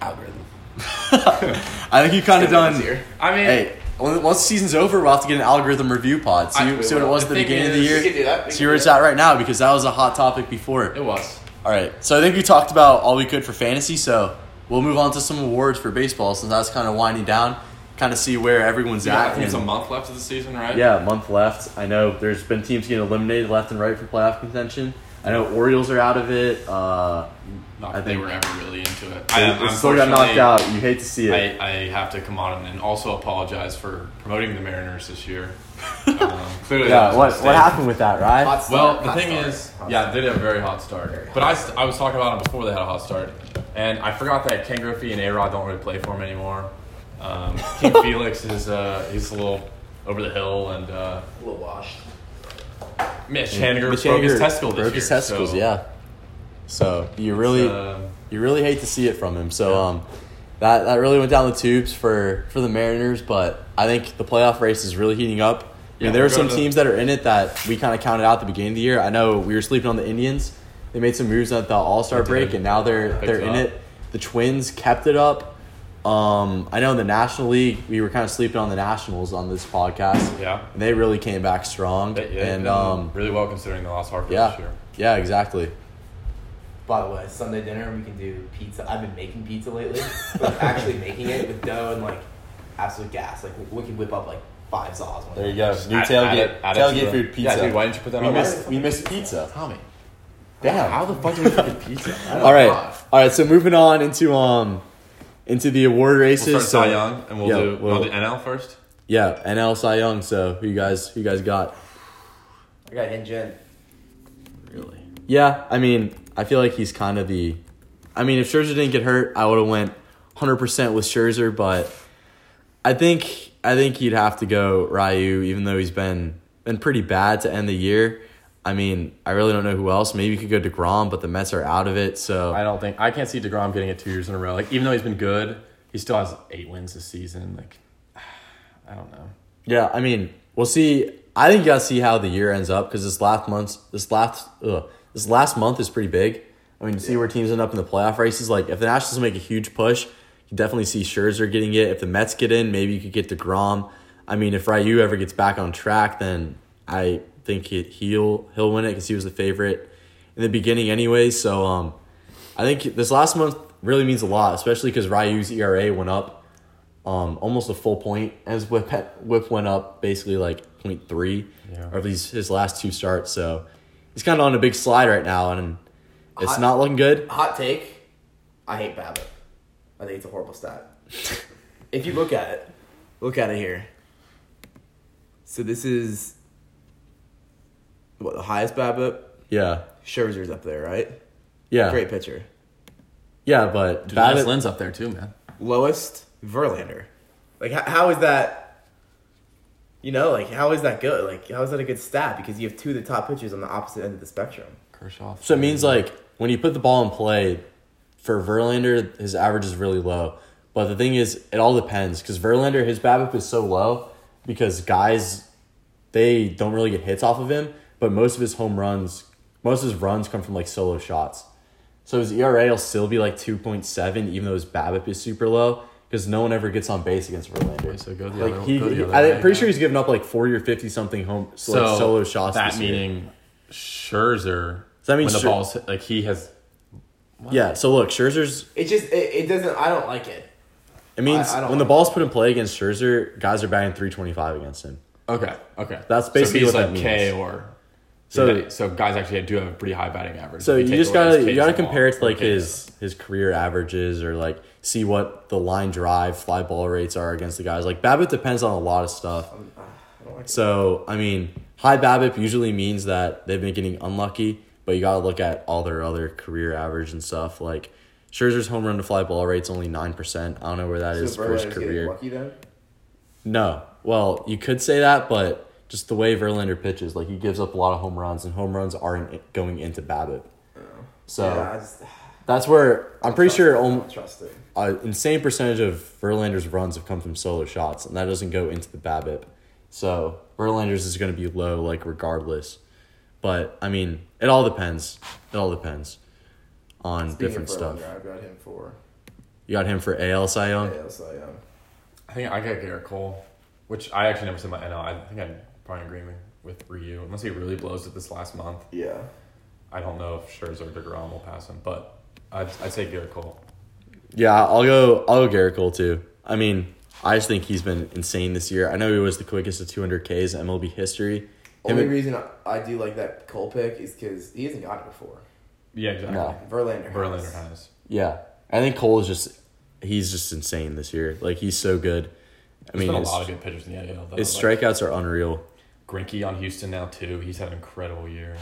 algorithm.
I think you've kind of done.
This year.
I mean,
Hey, when- once the season's over, we'll have to get an algorithm review pod. See,
I- we
see what it
will.
was at
The
the
thing
beginning of the
is-
We
year.
can do that. We
See
can
where
do
it's
that.
at right now because that was a hot topic before.
it was.
All right. So I think we talked about all we could for fantasy. So we'll move on to some awards for baseball since that's kind of winding down. Kind of see where everyone's
Yeah, I
at.
think it's a
and-
month left of the season, right?
Yeah, a month left. I know there's been teams getting eliminated left and right for playoff contention. I know Orioles are out of it. Uh,
Not
I
that they
think-
were ever really into it.
they,
I,
they still got knocked
unfortunately-
out. You hate to see it.
I, I have to come on and also apologize for promoting the Mariners
<laughs>
this year. um, clearly, that
yeah,
was
what
a
what
mistake.
happened with that, right?
Hot
Well,
start,
the
hot
thing
start,
is,
hot
yeah,
start.
they did a very hot start.
Very hot
but I, st- I was talking about it before they had a hot start, and I forgot that Ken Griffey and A Rod don't really play for him anymore. Um,
<laughs>
King Felix is uh, he's a little over the hill, and uh,
a little washed.
Mitch Haniger
Mm. Mitch
broke his
Haniger
testicle this
broke
year.
his testicles.
so,
yeah. So you really
um,
you really hate to see it from him. So um, that that really went down the tubes for for the Mariners. But I think the playoff race is really heating up. I mean,
Yeah,
there
we'll
are some
go to the-
teams that are in it that we kind of counted out at the beginning of the year. I know we were sleeping on the Indians. They made some moves at the All Star
They
break,
did.
and now they're
Picked
they're
it
in
up.
it. The Twins kept it up. Um, I know in the National League, we were kind of sleeping on the Nationals on this podcast.
Yeah.
And they really came back strong.
They- yeah,
and
they-
um,
really well considering the lost Harper
yeah,
this year.
yeah, exactly.
By the way, Sunday dinner we can do pizza. I've been making pizza lately, like
<laughs>
actually making it with dough and like absolute gas. Like we can whip up like five saws. One
There you
time.
go. New
Add-
tailgate,
add it- add it to
tailgate
the-
food pizza.
Yeah, dude, why didn't you put that
we
on? my-
missed, we missed pizza.
Tommy.
Damn.
How the fuck do we forget pizza?
All right, all right. So moving on into um into the award races.
We'll
so,
start Cy Young, and we'll
yeah,
do
we'll-
we'll do NL first.
Yeah, NL Cy Young. So who you guys who you guys got?
I got Hinge in.
Really?
Yeah, I mean, I feel like he's kind of the. I mean, if Scherzer didn't get hurt, I would have went 100 percent with Scherzer, but I think I think you'd have to go Ryu, even though he's been been pretty bad to end the year. I mean, I really don't know who else. Maybe you could go Degrom, but the Mets are out of it, so
I don't think I can't see Degrom getting it two years in a row. Like even though he's been good, he still has eight wins this season. Like I don't know.
Yeah, I mean, we'll see. I think you gotta see how the year ends up because this last month's this last ugh, this last month is pretty big. I mean, to see where teams end up in the playoff races. Like, if the Nationals make a huge push, you definitely see Scherzer getting it. If the Mets get in, maybe you could get Degrom. I mean, if Ryu ever gets back on track, then I think he, he'll he'll win it because he was the favorite in the beginning anyway. So, um, I think this last month really means a lot, especially because Ryu's ERA went up um, almost a full point as whip whip went up basically like 0.3
Yeah.
or at least his last two starts so he's kind of on a big slide right now and it's
I-
not looking good
Hot take. I hate Babbitt. I think it's a horrible
<laughs>
stat. if you look at it, look at it here. So this is what the highest Babbitt.
yeah
Scherzer's up there, right?
yeah
Great pitcher.
yeah but Babbitt-
Dude, Babbitt, Lynn's up there too, man.
Lowest Verlander. Like how, how is that? You know, like how is that good? Like how is that a good stat? Because you have two of the top pitchers on the opposite end of the spectrum.
Kershaw.
so it means like when you put the ball in play for Verlander his average is really low but the thing is it all depends because Verlander his BABIP is so low because guys they don't really get hits off of him but most of his home runs most of his runs come from like solo shots So his ERA will still be like 2.7, even though his BABIP is super low, because no one ever gets on base against Verlander.
so go the
like
other-
he,
go the
he-
other
I'm
way,
pretty
yeah.
sure he's given up like 40 or 50 something home like,
so
solo shots.
That
this year.
meaning Scherzer.
Does that mean
when the
Scher-
ball's hit, like he has?
yeah. So look, Scherzer's.
It just it, it doesn't. I don't like it.
It means
I- I don't
when the
like-
ball's put in play against Scherzer, guys are batting 325 against him.
Okay, okay.
That's basically
so he's
what that
like
means.
K or.
So-
So, so guys actually do have a pretty high batting average.
So
If
you,
take
just
away his
gotta you
Ks
gotta
and
compare it
walks
to like
and Ks.
his his career averages or like see what the line drive fly ball rates are against the guys. Like Babbitt depends on a lot of stuff. So I mean, high Babbitt usually means that they've been getting unlucky, but you gotta look at all their other career average and stuff. Like Scherzer's home run to fly ball rate's only nine percent. I don't know where that is for his
Verlander's getting
career.
lucky then.
No. Well, you could say that, but just the way Verlander pitches, like he gives up a lot of home runs, and home runs aren't going into Babbitt. So
Oh. yeah, I just, <sighs>
that's where I'm pretty sure
I
um,
don't trust it.
an insane percentage of Verlander's runs have come from solo shots, and that doesn't go into the BABIP. So Verlander's is going to be low, like regardless. But I mean, it all depends. It all depends on different stuff.
I've got him for
You got him for AL Cy Young.
AL Cy
um,
Young.
I think I got Garrett Cole, which I actually never said my NL. I think I'm probably in agreement with Ryu, unless he really blows it this last month.
Yeah.
I don't know if Scherzer or Degrom will pass him, but I'd, I'd say Garrett Cole.
Yeah, I'll go. I'll go Garrett Cole too. I mean, I just think he's been insane this year. I know he was the quickest of 200 Ks in MLB history. Him
Only
and-
reason I, I do like that Cole pick is because he hasn't gotten it before.
Yeah, exactly.
No.
Verlander. has.
Verlander has.
Yeah, I think Cole is just he's just insane this year. Like he's so good. I
There's
mean,
been a
his,
lot of good pitchers in the AL. Though.
his
Like,
strikeouts are unreal.
Greinke on Houston now too. He's had an incredible year.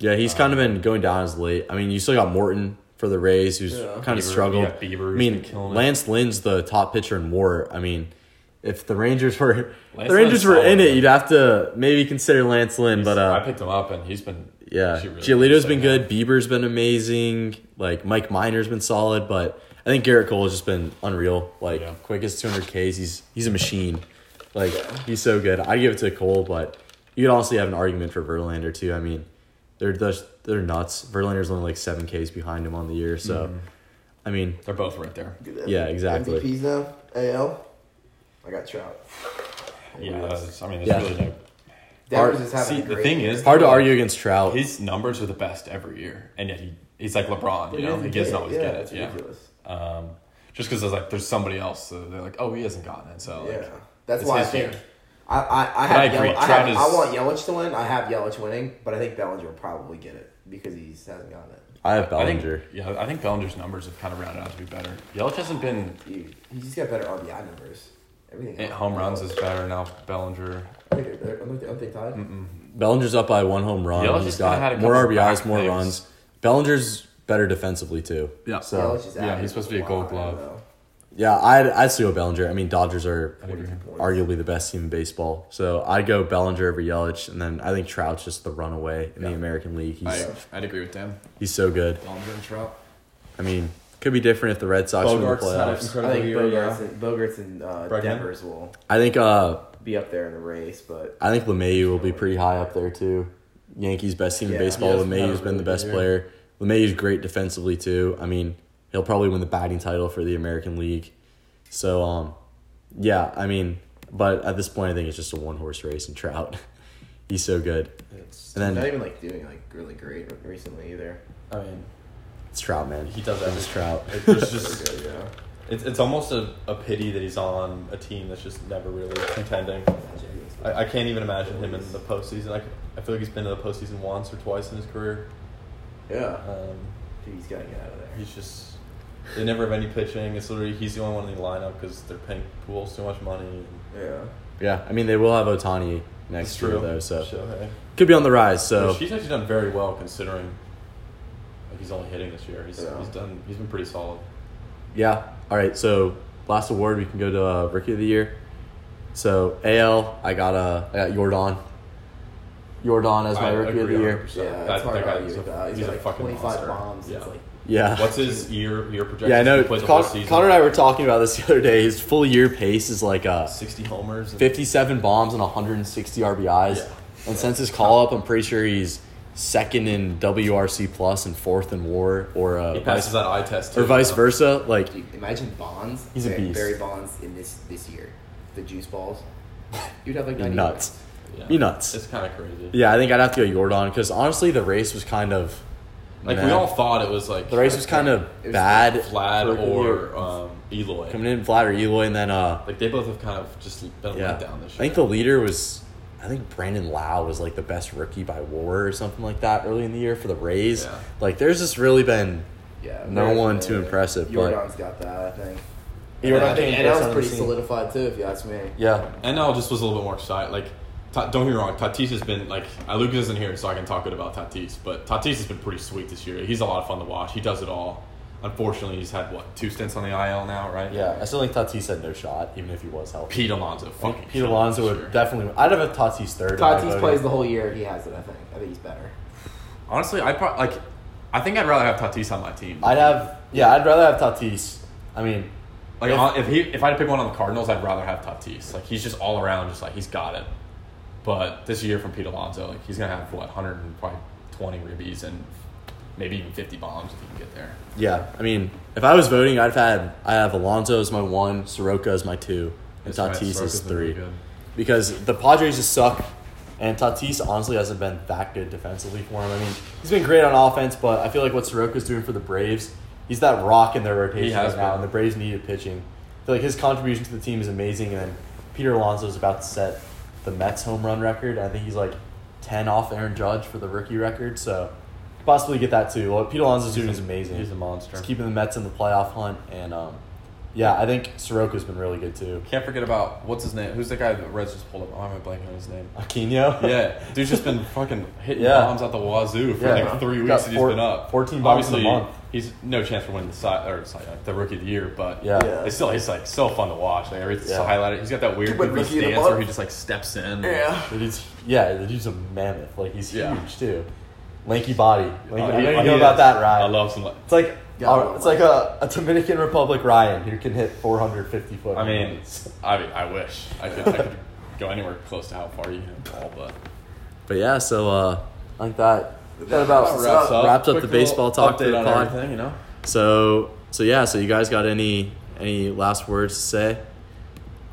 Yeah, he's kind of been going down as late. I mean, you still got Morton for the Rays, who's
Yeah.
kind
Bieber-
of struggled.
yeah, Bieber,
I
who's
mean,
been killing it.
Lance Lynn's the top pitcher in WAR. I mean, If the Rangers were <laughs>
Lance
the
Lynn's
Rangers were in
solid,
it,
though.
you'd have to maybe consider Lance Lynn, but
I
uh,
picked him up, and he's been
yeah,
actually really
Giolito's been
second
good. Bieber's been amazing. Like Mike Miner's been solid, but I think Garrett Cole has just been unreal. Like
Yeah.
quickest 200 Ks, he's he's a machine. Like he's so good. I give it to Cole, but you could honestly have an argument for Verlander too. I mean, they're just, they're nuts. Verlander's only like seven Ks behind him on the year, so
Mm-hmm.
I mean,
They're both right there.
Yeah, exactly.
MVPs now. AL. I got Trout.
Yeah, that's- I mean, it's
Yeah.
really no.
Devers is having
See,
a
the
great
thing
year.
is,
hard to argue against Trout.
his numbers are the best every year, and yet he he's like LeBron. You
He
know,
doesn't
he doesn't always
yeah,
get it.
it's
Yeah.
ridiculous.
Um, just because like there's somebody else, so they're like, oh, he hasn't gotten it. So like,
Yeah, that's
it's
why I
his
think.
year.
I, I, I
But I
have
agree,
Yel- I,
Trout
have,
is-
I want Yelich to win. I have Yelich winning, but I think Bellinger will probably get it because he hasn't gotten it.
I have
I think-
Bellinger.
yeah, I think Bellinger's numbers have kind of rounded out to be better. Yelich hasn't been
He, he's just got better RBI numbers. Everything.
eh,
else.
home runs is better now. Bellinger,
I think they're, they're, aren't they- aren't they tied?
Mm.
Bellinger's up by one home run.
Yelich has
he's
kinda had a
got
couple
more RBIs,
back
more
things.
runs. Bellinger's better defensively too.
Yeah.
So
Yelich is
yeah,
average.
he's supposed to be a
Wow,
Gold
I don't
Glove.
know.
yeah, I'd I'd still go Bellinger. I mean, Dodgers are
Points.
arguably the best team in baseball. So I'd go Bellinger over Yelich, and then I think Trout's just the runaway in the American League. He's
I, I'd agree with Dan.
he's so good.
Bellinger and Trout.
I mean, could be different if the Red Sox win the
Bogart's had an
playoffs.
incredible
I think
year.
Bogarts
Yeah.
and, Bogarts and uh,
Bregman.
Devers will
I think uh
be up there in the race, but
I think LeMayu will be pretty high up there too. Yankees best team
Yeah.
in baseball.
Yeah, it's
LeMayu's
not
been the
really
best
good
player. LeMayu's great defensively too. I mean, he'll probably win the batting title for the American League. So um yeah, I mean, but at this point I think it's just a one horse race and Trout. <laughs> He's so good.
It's,
And
not
then
even like doing like really great recently either.
I mean,
it's Trout, man.
he does
It's
everything.
Trout.
It- There's
Pretty
just
good, yeah.
it's, it's almost a, a pity that he's on a team that's just never really contending. I, I can't even imagine him in the postseason. I, I feel like he's been to the postseason once or twice in his career.
Yeah,
Um,
dude, he's gotta get out of there.
he's just they never have any pitching. It's literally he's the only one in the lineup because they're paying Poole so much money. And
Yeah.
<laughs> Yeah, I mean they will have Otani next year though, so
Shohei.
could be on the rise.
So
So
she's actually done very well considering like he's only hitting this year. He's,
Yeah.
he's done he's been pretty solid.
Yeah. All right. So last award, we can go to uh, rookie of the year. So AL, I got uh, I got Jordan. Jordan as my
I
rookie of the
agree
year.
100%.
Yeah,
that,
it's hard
that
to
guy
argue
is
with
a,
that.
he's
He's
a
got, like,
fucking
25
monster.
bombs.
Yeah.
It's like-
Yeah.
What's his year year projection?
yeah, I know.
He plays the
Con-
whole season.
Connor and I were talking about this <laughs> the other day. His full year pace is like uh,
sixty homers. and-
57 bombs and 160 RBIs.
Yeah.
And since his call up, I'm pretty sure he's second in WRC plus and fourth in WAR or uh,
He
vice,
passes that eye test.
or
too,
vice
so.
versa. Like
Dude, imagine Bonds.
He's a
Barry-
beast.
Barry Bonds in this this year, the juice balls. You'd have like
You're
90
nuts.
points.
Yeah.
You nuts.
It's kind of crazy.
Yeah, I think I'd have to go Jordan because honestly, the race was kind of
Like we
meh.
all thought it was like
The race was kind of
It was
bad.
Vlad
Rookie of the year.
or um, Eloy.
coming in Vlad or Eloy, and then uh,
Like they both have kind of just been
yeah,
let down
I
this year.
think the leader was, I think Brandon Lau was like the best rookie by WAR or something like that early in the year for the Rays.
Yeah.
Like, there's just really been
Yeah.
No
Barry-
one too impressive, but-
Jordan's got that, I think.
Jordan
And I think
came
NL
first on
is
the
pretty
scene.
solidified too, if you ask me.
yeah,
NL just was a little bit more excited. Like, ta- don't get me wrong, Tatis has been like uh, Lucas isn't here, so I can talk good about Tatis. But Tatis has been pretty sweet this year. He's a lot of fun to watch. He does it all. Unfortunately, he's had what two stints on the IL now, right?
yeah. I still think Tatis had no shot, even if he was healthy.
Pete Alonso,
I
fucking
think Pete
killed
Alonso
this
would
year.
definitely. I'd have a Tatis third. in my
Tatis
voting.
plays the whole year. He has it, I think. I think he's better.
Honestly, I pro- like. I think I'd rather have Tatis on my team.
I'd have yeah. I'd rather have Tatis. I mean,
like hon- if, he if I had to pick one on the Cardinals, I'd rather have Tatis. Like he's just all around, just like he's got it. But this year from Pete Alonso, like he's gonna have what 120 ribbies and maybe even 50 bombs if he can get there.
Yeah, I mean, if I was voting, I'd had I have Alonso as my one, Soroka as my two, and
That's right,
Tatis
Soroka's
as
been really
three,
good.
because the Padres just suck, and Tatis honestly hasn't been that good defensively for him. I mean, he's been great on offense, but I feel like what Soroka's doing for the Braves, he's that rock in their rotation right
has
now,
been.
and the Braves needed pitching. I feel like his contribution to the team is amazing, and then Peter Alonso is about to set the Mets home run record. I think he's like ten off Aaron Judge for the rookie record, so. Possibly get that too. Well, Peter Alonso's doing is amazing.
He's a monster.
Just keeping the Mets in the playoff hunt, and um, yeah, I think Soroka's been really good too.
Can't forget about what's his name? Who's the guy that Reds just pulled up? Oh, I'm blanking on
<laughs>
his name.
Aquino, <laughs>
Yeah, dude's just been fucking hitting
Yeah.
bombs out the wazoo for
Yeah.
like three
Got
weeks. and he's
four-
been up
14 bombs in a
Obviously,
month.
he's no chance for winning the side or side, like, the rookie of the year, but
Yeah.
Yeah.
it's still he's like so fun to watch. Like every
Yeah.
so highlighted. He's got that weird
But
goofy
rookie of the
stance where
month?
he just like steps in.
Yeah.
The dude's, yeah, the dude's a mammoth. Like he's
Yeah.
huge too. Lanky body. Like,
Oh,
I
he-
know you
he
know about
is.
that, Ryan.
I love some.
It's like
Yeah,
uh,
I love
it's
Ryan.
like a, a Dominican Republic Ryan who can hit 450 foot.
I mean,
runs.
I mean, I wish I could, I
<laughs>
could go anywhere close to how far you can hit the ball, but
but yeah, so uh, I think that that about
That
wraps,
wraps up.
up the
Quick little
baseball talk for
update
the
on
pod.
everything, you know.
So so yeah, so you guys got any any last words to say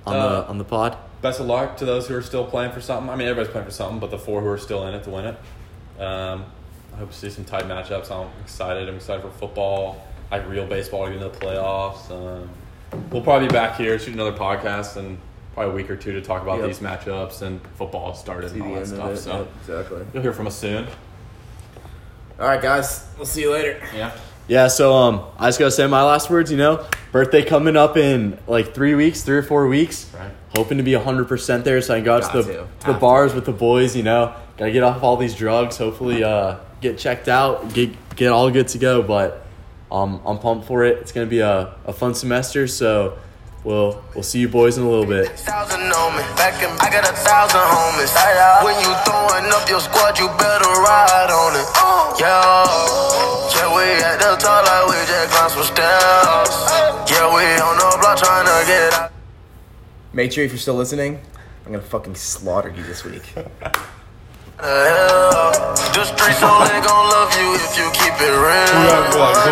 on
Uh,
the on the pod?
best of luck to those who are still playing for something. I mean, everybody's playing for something, but the four who are still in it to win it. Um, I hope to see some tight matchups. I'm excited. I'm excited for football, like real baseball, to get into the playoffs. Um, we'll probably be back here, shoot another podcast, and probably a week or two to talk about
Yep.
these matchups and football started
See
and
the
all that
end
stuff.
of it.
so
yep, Exactly.
you'll hear from us soon.
All right, guys. We'll see you later.
Yeah.
Yeah, so um, I just gotta say my last words. You know, birthday coming up in like three weeks, three or four weeks.
Right.
Hoping to be hundred percent there, so I can go out
Got
to
to.
the, to the
Have to.
bars with the boys. You know, gotta get off all these drugs. Hopefully, uh, get checked out, get get all good to go. But um, I'm pumped for it. It's gonna be a, a fun semester. So we'll we'll see you boys in a little bit.
thousand on me. Back in, I got a thousand homies. When you throwing up your squad, you better ride on it. Yeah, yeah, we at the top like we just climbed some steps. Yeah, we on the block trying to get out.
Make sure if you're still listening, I'm gonna fucking slaughter you this week.
of hell. The streets only gon' love you if you keep it real.